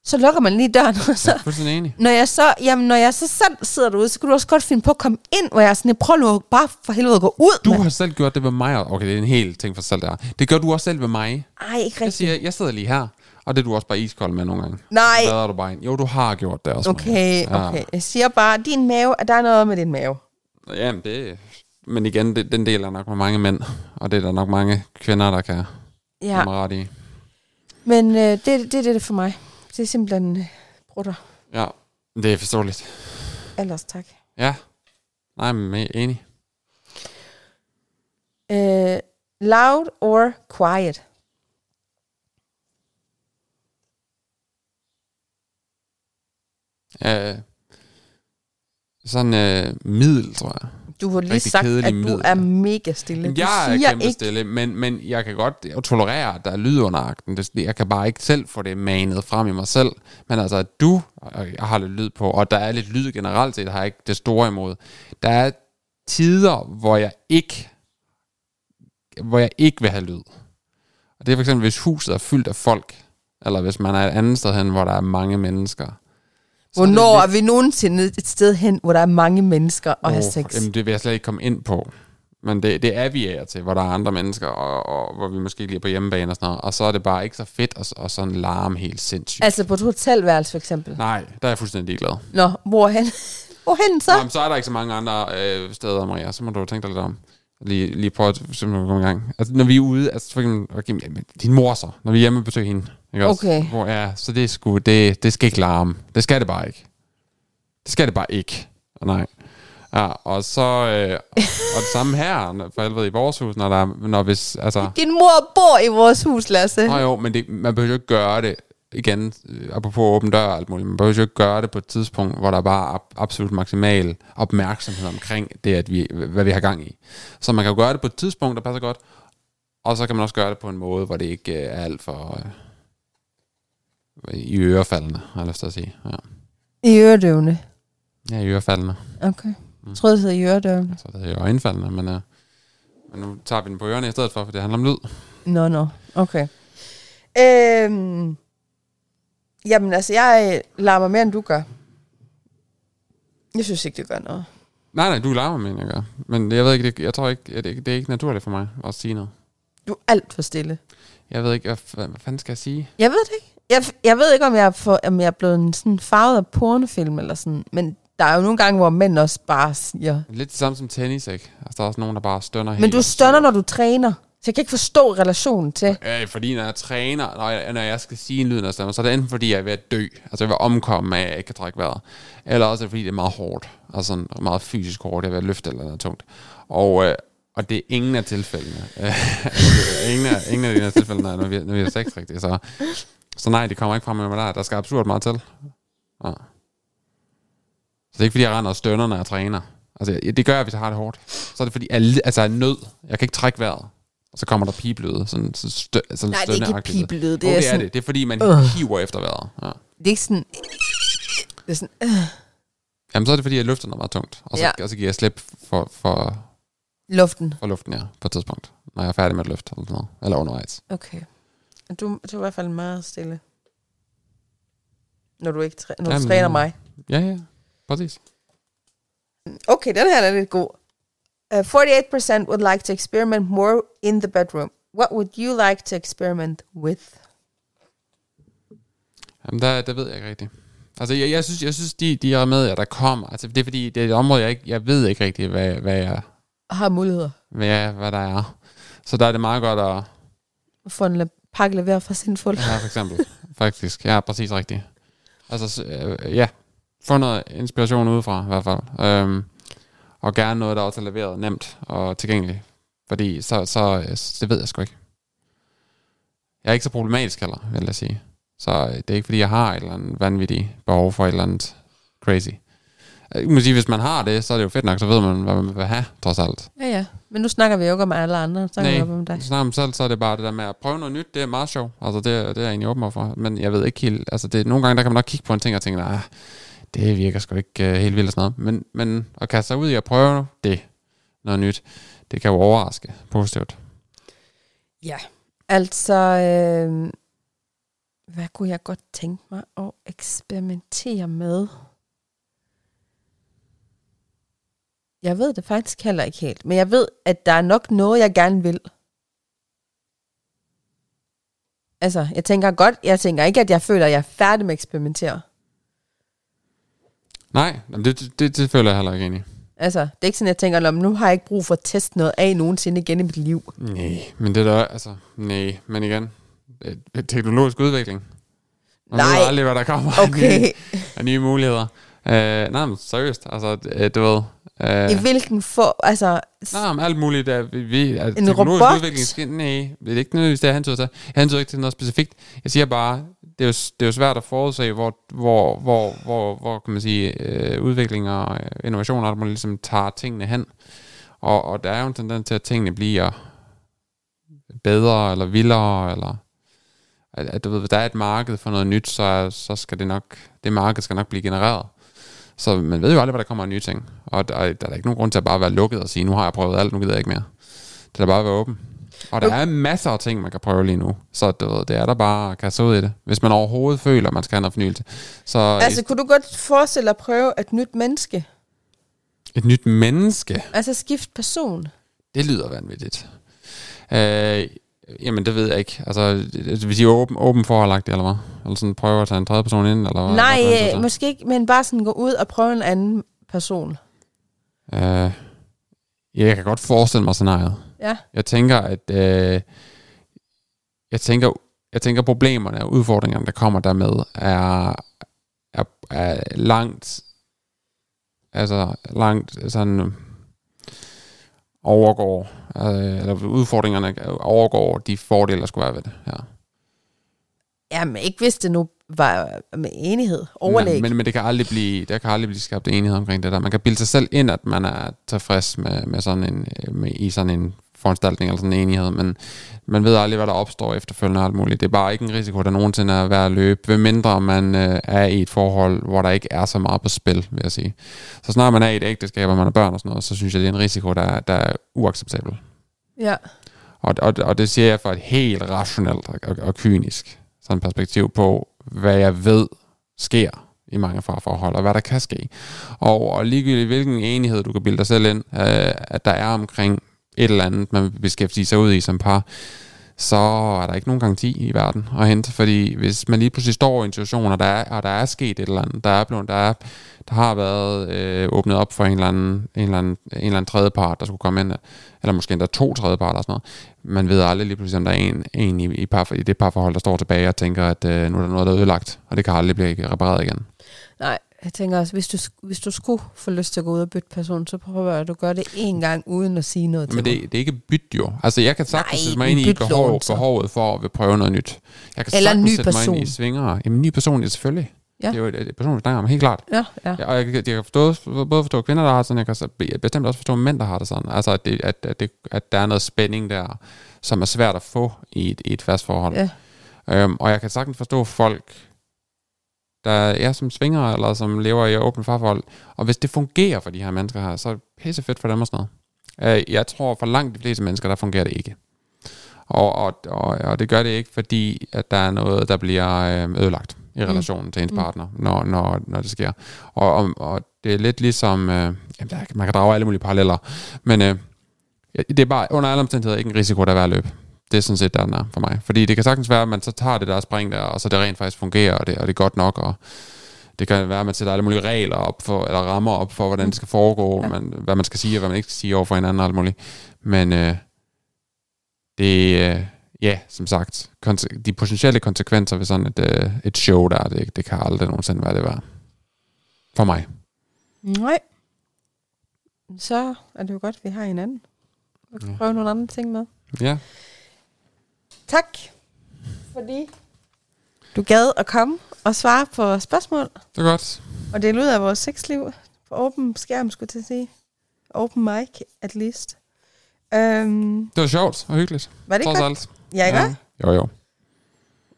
[SPEAKER 1] så lukker man lige døren, og
[SPEAKER 2] Jeg
[SPEAKER 1] så
[SPEAKER 2] er fuldstændig enig.
[SPEAKER 1] når jeg så, jamen, når jeg så selv sidder derude, så kan du også godt finde på at komme ind, hvor jeg er sådan, jeg prøver nu at bare for helvede at gå ud.
[SPEAKER 2] Du
[SPEAKER 1] mand."
[SPEAKER 2] har selv gjort det ved mig. Okay, det er en helt ting for selv der. Det gør du også selv ved mig.
[SPEAKER 1] Ej, ikke
[SPEAKER 2] Jeg
[SPEAKER 1] rigtigt.
[SPEAKER 2] siger, jeg sidder lige her, og det er du også bare iskold med nogle gange.
[SPEAKER 1] Nej.
[SPEAKER 2] Hvad er du bare ind? Jo, du har gjort det også.
[SPEAKER 1] Okay,
[SPEAKER 2] Maja.
[SPEAKER 1] okay. Jeg siger bare, din mave, at der er noget med din mave.
[SPEAKER 2] Ja. Jamen, det... Men igen, det, den del er nok med mange mænd, og det er der nok mange kvinder, der kan ja.
[SPEAKER 1] Ja,
[SPEAKER 2] mig ret i.
[SPEAKER 1] men øh, det, det, det er det for mig. Det er simpelthen øh, brutter.
[SPEAKER 2] Ja, det er forståeligt.
[SPEAKER 1] Ellers tak.
[SPEAKER 2] Ja. Nej, men jeg er enig.
[SPEAKER 1] Øh, loud or quiet?
[SPEAKER 2] Øh, sådan øh, middel, tror jeg.
[SPEAKER 1] Du har lige
[SPEAKER 2] Rigtig
[SPEAKER 1] sagt, at
[SPEAKER 2] kedelig
[SPEAKER 1] du
[SPEAKER 2] middel.
[SPEAKER 1] er mega stille.
[SPEAKER 2] Jamen,
[SPEAKER 1] Du
[SPEAKER 2] jeg er
[SPEAKER 1] siger
[SPEAKER 2] kæmpe ikke. stille, men, men jeg kan godt jeg tolerere, at der er lyd under akten. Det, jeg kan bare ikke selv få det manet frem i mig selv. Men altså, at du og jeg har lidt lyd på, og der er lidt lyd generelt set, har jeg ikke det store imod. Der er tider, hvor jeg ikke hvor jeg ikke vil have lyd. Og det er for eksempel, hvis huset er fyldt af folk, eller hvis man er et andet sted hen, hvor der er mange mennesker. Så er det
[SPEAKER 1] Hvornår
[SPEAKER 2] lidt-
[SPEAKER 1] er vi nogensinde et sted hen, hvor der er mange mennesker og oh, har sex?
[SPEAKER 2] Jamen, det vil jeg slet ikke komme ind på. Men det, det er vi af og til, hvor der er andre mennesker, og, og hvor vi måske lige er på hjemmebane og sådan noget. Og så er det bare ikke så fedt at, at sådan larme helt sindssygt.
[SPEAKER 1] Altså på et hotelværelse for eksempel.
[SPEAKER 2] Nej, der er jeg fuldstændig ligeglad.
[SPEAKER 1] Nå, hvorhen? hvorhen så?
[SPEAKER 2] Nå, men så er der ikke så mange andre øh, steder, Maria. Så må du tænke dig lidt om. Lige, lige prøve at simpelthen komme i gang. Altså, når vi er ude, altså for eksempel, okay, men din mor så, når vi er hjemme og besøger hende. Ikke
[SPEAKER 1] Okay.
[SPEAKER 2] Også? Hvor, ja, så det, er sgu, det, det skal ikke larme. Det skal det bare ikke. Det skal det bare ikke. Og Nej. Ja, og så, øh, og det samme her, når- for helvede, i vores hus, når der, er- når hvis, altså,
[SPEAKER 1] Din mor bor i vores hus, Lasse.
[SPEAKER 2] Nå jo, men det, man behøver jo ikke gøre det igen, øh, apropos åben dør og alt muligt, man behøver jo ikke gøre det på et tidspunkt, hvor der bare er ab- absolut maksimal opmærksomhed omkring det, at vi, hvad vi har gang i. Så man kan jo gøre det på et tidspunkt, der passer godt, og så kan man også gøre det på en måde, hvor det ikke øh, er alt for øh, i ørefaldende, har jeg lyst til at sige. Ja,
[SPEAKER 1] I øredøvende.
[SPEAKER 2] ja i ørefaldende.
[SPEAKER 1] Okay. Jeg troede, det hed i øredøvende.
[SPEAKER 2] Så det er jo øjenfaldende, men, øh, men nu tager vi den på ørerne i stedet for, for det handler om lyd.
[SPEAKER 1] Nå, nå. Okay. Øhm, jamen altså, jeg øh, larmer mere, end du gør. Jeg synes ikke, det gør noget.
[SPEAKER 2] Nej, nej, du larmer, men jeg gør. Men jeg ved ikke, det, jeg tror ikke, at det, det er ikke naturligt for mig at sige noget.
[SPEAKER 1] Du er alt for stille.
[SPEAKER 2] Jeg ved ikke, hvad, f- hvad fanden skal jeg sige?
[SPEAKER 1] Jeg ved det ikke. Jeg, jeg ved ikke, om jeg, er for, om jeg er blevet en sådan farvet af pornofilm eller sådan, men der er jo nogle gange, hvor mænd også bare siger...
[SPEAKER 2] Lidt det samme som tennis, ikke? Altså, der er også nogen, der bare stønner helt.
[SPEAKER 1] Men du stønner, når du træner. Så jeg kan ikke forstå relationen til...
[SPEAKER 2] Øh, fordi når jeg træner, når jeg, når jeg skal sige en lyd, når jeg stemmer, så er det enten fordi, jeg er ved at dø, altså jeg vil omkomme af, at jeg ikke kan trække vejret, eller også er det fordi, det er meget hårdt, altså sådan meget fysisk hårdt, jeg er ved at løfte eller noget tungt. Og, øh, og det er ingen af tilfældene. Øh, ingen, af, ingen af de her tilfælde, når vi, når vi har sex rigtigt. Så, så nej, det kommer ikke frem med mig der. Der skal absurd meget til. Ja. Så det er ikke fordi, jeg render og stønner, når jeg træner. Altså, jeg, det gør jeg, hvis jeg har det hårdt. Så er det fordi, jeg, li- altså, jeg er nød. Jeg kan ikke trække vejret. Og så kommer der pibløde. Sådan, sådan, stø, altså, sådan
[SPEAKER 1] Nej, det er ikke
[SPEAKER 2] stønneagtigt.
[SPEAKER 1] pibløde, det
[SPEAKER 2] Jo,
[SPEAKER 1] er
[SPEAKER 2] det, er
[SPEAKER 1] sådan-
[SPEAKER 2] det. det er fordi, man
[SPEAKER 1] Øh.
[SPEAKER 2] hiver efter vejret. Ja.
[SPEAKER 1] Det er ikke sådan... Det er sådan... Øh,
[SPEAKER 2] Jamen, så er det fordi, jeg løfter noget meget tungt. Og så,
[SPEAKER 1] Ja.
[SPEAKER 2] ja. og så giver jeg slip for, for,
[SPEAKER 1] luften.
[SPEAKER 2] for luften her på et tidspunkt. Når jeg er færdig med at løfte. Eller, sådan noget. eller undervejs.
[SPEAKER 1] Okay. Og Du, du er i hvert fald meget stille. Når du, ikke træ, når du
[SPEAKER 2] Jamen.
[SPEAKER 1] træner mig.
[SPEAKER 2] Ja, ja. Præcis.
[SPEAKER 1] Okay, den her er lidt god. Uh, 48% would like to experiment more in the bedroom. What would you like to experiment with?
[SPEAKER 2] Jamen, der, der ved jeg ikke rigtigt. Altså, jeg, jeg synes, jeg synes de, de er med, der kommer. Altså, det er fordi, det er et område, jeg, ikke, jeg ved ikke rigtigt, hvad, hvad, jeg,
[SPEAKER 1] Har muligheder
[SPEAKER 2] hvad, jeg- hvad der er. Så der er det meget godt at...
[SPEAKER 1] for en la- pakke lever fra sin fuld.
[SPEAKER 2] Ja, for eksempel. Faktisk. Ja, præcis rigtigt. Altså, s- øh, ja. Få noget inspiration udefra, i hvert fald. Øhm, og gerne noget, der også er leveret nemt og tilgængeligt. Fordi så, så øh, s- det ved jeg sgu ikke. Jeg er ikke så problematisk heller, vil jeg sige. Så øh, det er ikke, fordi jeg har et eller andet vanvittigt behov for et eller andet crazy. Øh, Man sige, hvis man har det, så er det jo fedt nok, så ved man, hvad man vil have, trods alt.
[SPEAKER 1] Ja, ja. Men nu snakker vi jo ikke om alle andre. Så snakker vi
[SPEAKER 2] Nej.
[SPEAKER 1] om om dig.
[SPEAKER 2] Snart om selv, så er det bare det der med at prøve noget nyt, det er meget sjovt. Altså, det, er- det er jeg egentlig åben over for. Men jeg ved ikke helt, altså det, nogle gange, der kan man nok kigge på en ting og tænke, nej, det virker sgu ikke uh, helt vildt og sådan noget. Men, men at kaste sig ud i at prøve det, noget nyt, det kan jo overraske positivt.
[SPEAKER 1] Ja. Altså, øh, hvad kunne jeg godt tænke mig at eksperimentere med? Jeg ved det faktisk heller ikke helt, men jeg ved, at der er nok noget, jeg gerne vil. Altså, jeg tænker godt, jeg tænker ikke, at jeg føler, at jeg er færdig med at eksperimentere.
[SPEAKER 2] Nej, jamen det, det, det, det føler jeg heller ikke egentlig.
[SPEAKER 1] Altså, det er ikke sådan, jeg tænker, "Nå, men nu har jeg ikke brug for at teste noget af nogensinde igen i mit liv.
[SPEAKER 2] Nej, men det der, altså, nej, men igen, øh, teknologisk udvikling. Man
[SPEAKER 1] Nej.
[SPEAKER 2] ved aldrig, hvad der kommer af nye-
[SPEAKER 1] Okay,
[SPEAKER 2] af nye muligheder. Uh, nej, men seriøst, altså, øh, du ved. øh,
[SPEAKER 1] i hvilken for, altså,
[SPEAKER 2] Nå, men alt muligt. Der, vi, vi, altså,
[SPEAKER 1] En
[SPEAKER 2] teknologisk
[SPEAKER 1] robot?
[SPEAKER 2] udvikling skal... Nej, det er ikke nødvendigvis det, jeg hentyder til. Jeg hentyder ikke til noget specifikt. Jeg siger bare, det er jo, det er jo svært at forudse, hvor, hvor, hvor, hvor, hvor kan man sige, øh, udvikling og øh, innovation og alt muligt, ligesom tager tingene hen. Og, og der er jo en tendens til, at tingene bliver bedre eller vildere, eller at, at du ved, hvis der er et marked for noget nyt, så, er- så skal det nok, det marked skal nok blive genereret. Så man ved jo aldrig, hvad der kommer af nye ting. Og der, der er da ikke nogen grund til at bare være lukket og sige, nu har jeg prøvet alt, nu gider jeg ikke mere. Det er da bare at være åben. Og der
[SPEAKER 1] Okay.
[SPEAKER 2] er masser af ting, man kan prøve lige nu. Så du ved, det er der bare at kaste sig ud i det. Hvis man overhovedet føler, man skal have noget fornyelse. Så
[SPEAKER 1] Altså, kunne du godt forestille dig at prøve et nyt menneske?
[SPEAKER 2] et, et nyt menneske,
[SPEAKER 1] Altså, skift person?
[SPEAKER 2] Det lyder vanvittigt. Øh, jamen, det ved jeg ikke. Altså, hvis de er åben, åben forholdagtige, eller hvad? Eller sådan prøver at tage en tredje person ind, eller hvad?
[SPEAKER 1] Nej,
[SPEAKER 2] Hvad fanden
[SPEAKER 1] øh, måske ikke, men bare sådan gå ud og prøve en anden person.
[SPEAKER 2] synes jeg? Øh, ja, jeg kan godt forestille mig scenariet.
[SPEAKER 1] Ja.
[SPEAKER 2] Jeg tænker, at... Øh, jeg tænker, jeg tænker problemerne og udfordringerne, der kommer dermed, er, er, er langt, altså langt sådan overgår, øh, eller udfordringerne overgår de fordele, der skulle være ved det. Ja.
[SPEAKER 1] Jamen, ikke hvis det nu var med enighed. Overlæg.
[SPEAKER 2] Men, men det kan aldrig blive, der kan aldrig blive skabt enighed omkring det der. Man kan bilde sig selv ind, at man er tilfreds med, med sådan en, med, i sådan en foranstaltning eller sådan en enighed, men man ved aldrig, hvad der opstår efterfølgende og alt muligt. Det er bare ikke en risiko, der nogensinde er værd at løbe, ved mindre man øh, er i et forhold, hvor der ikke er så meget på spil, vil jeg sige. Så snart man er i et ægteskab, og man er børn og sådan noget, så synes jeg, det er en risiko, der, er- der er uacceptabel.
[SPEAKER 1] Ja.
[SPEAKER 2] Og, og, og det siger jeg fra et helt rationelt og, og, og kynisk sådan perspektiv på, hvad jeg ved sker i mange farforhold, og hvad der kan ske. Og, og ligegyldigt hvilken enighed du kan bilde dig selv ind, øh, at der er omkring et eller andet, man vil beskæftige sig ud i som par, så er der ikke nogen garanti i verden at hente, fordi hvis man lige pludselig står i en situation, og der er, og der er sket et eller andet, der er blevet, der, er, der har været øh, åbnet op for en eller, anden, en, eller anden, en eller anden tredje part, der skulle komme ind, eller måske endda to tredje parter og sådan noget, man ved aldrig lige pludselig, om der er en, en i, i, par, i det parforhold, der står tilbage og tænker, at øh, nu er der noget, der er ødelagt, og det kan aldrig blive repareret igen.
[SPEAKER 1] Nej, jeg tænker også, hvis du, hvis du skulle få lyst til at gå ud og bytte person, så prøver jeg, at du gør det en gang, uden at sige noget til
[SPEAKER 2] Men det,
[SPEAKER 1] mig.
[SPEAKER 2] det er ikke byt jo. Altså, jeg kan sagtens
[SPEAKER 1] Nej,
[SPEAKER 2] sætte mig ind i
[SPEAKER 1] men byt
[SPEAKER 2] behov,
[SPEAKER 1] lån så.
[SPEAKER 2] behovet for at vil prøve noget nyt. Jeg kan
[SPEAKER 1] altså. Eller en
[SPEAKER 2] sagtens
[SPEAKER 1] ny
[SPEAKER 2] sætte mig ind i
[SPEAKER 1] person.
[SPEAKER 2] svingere. Jamen, ny person, ja, selvfølgelig.
[SPEAKER 1] Ja.
[SPEAKER 2] Det er jo et- et person, vi snakker om, helt klart.
[SPEAKER 1] Ja, ja.
[SPEAKER 2] Ja, og jeg, jeg kan forstå, både forstå kvinder, der har det sådan, jeg kan så be- bestemt også forstå mænd, der har det sådan. Altså, at, det, at, at, det, at der er noget spænding der, som er svært at få i et, i et fast forhold.
[SPEAKER 1] Ja.
[SPEAKER 2] Øhm, og jeg kan sagtens forstå folk, der er som svinger, eller som lever i åbne farforhold. Og hvis det fungerer for de her mennesker her, så er det pisse fedt for dem og sådan noget. Øh, jeg tror, for langt de fleste mennesker, der fungerer det ikke. Og, og, og, og det gør det ikke, fordi at der er noget, der bliver øhm, ødelagt i relationen mm. til ens
[SPEAKER 1] Mm.
[SPEAKER 2] partner, når, når, når det sker. Og, og, og det er lidt ligesom, øh, jamen, der, man kan drage alle mulige paralleller, men øh, det er bare under alle omstændigheder ikke en risiko, der er værd at løbe. Det er sådan set, der den er for mig. Fordi det kan sagtens være, at man så tager det der spring der, og så det rent faktisk fungerer, og det, og det er godt nok, og det kan være, at man sætter alle mulige regler op for, eller rammer op for, hvordan det skal foregå, ja.
[SPEAKER 1] Ja.
[SPEAKER 2] man, hvad man skal sige, og hvad man ikke skal sige over for hinanden og alt muligt. Men øh, det, øh, ja, som sagt, konse- de potentielle konsekvenser ved sådan et, øh, et show der, det, det kan aldrig nogensinde være det værd. For mig.
[SPEAKER 1] Nej. Så er det jo godt, at vi har hinanden. Vi kan
[SPEAKER 2] Ja.
[SPEAKER 1] prøve nogle andre ting med.
[SPEAKER 2] Ja,
[SPEAKER 1] Tak, fordi du gad at komme og svare på spørgsmål.
[SPEAKER 2] det er godt.
[SPEAKER 1] Og det lyder af vores sexliv på åben skærm, skulle jeg til at sige. Open mic, at least. Øhm,
[SPEAKER 2] Det var sjovt og hyggeligt.
[SPEAKER 1] var det ikke
[SPEAKER 2] Trods
[SPEAKER 1] godt?
[SPEAKER 2] alt.
[SPEAKER 1] Ja, ikke ja.
[SPEAKER 2] Jo, jo.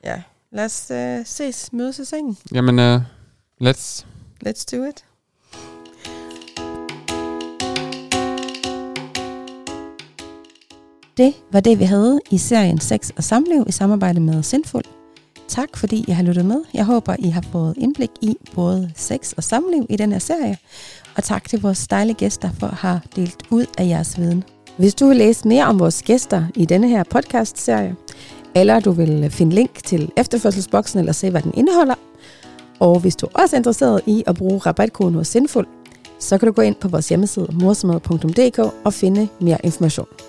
[SPEAKER 1] ja. Lad os øh, ses, mødes i sengen.
[SPEAKER 2] Jamen, uh, let's.
[SPEAKER 1] Let's do it. Det var det, vi havde i serien Sex og Samliv i samarbejde med Sindfuld. Tak fordi I har lyttet med. Jeg håber, I har fået indblik i både sex og samliv i den her serie. Og tak til vores dejlige gæster for at have delt ud af jeres viden. Hvis du vil læse mere om vores gæster i denne her podcast-serie, eller du vil finde link til efterførselsboksen eller se, hvad den indeholder, og hvis du også er interesseret i at bruge rabatkoden hos Sindful, så kan du gå ind på vores hjemmeside morsomad.dk og finde mere information.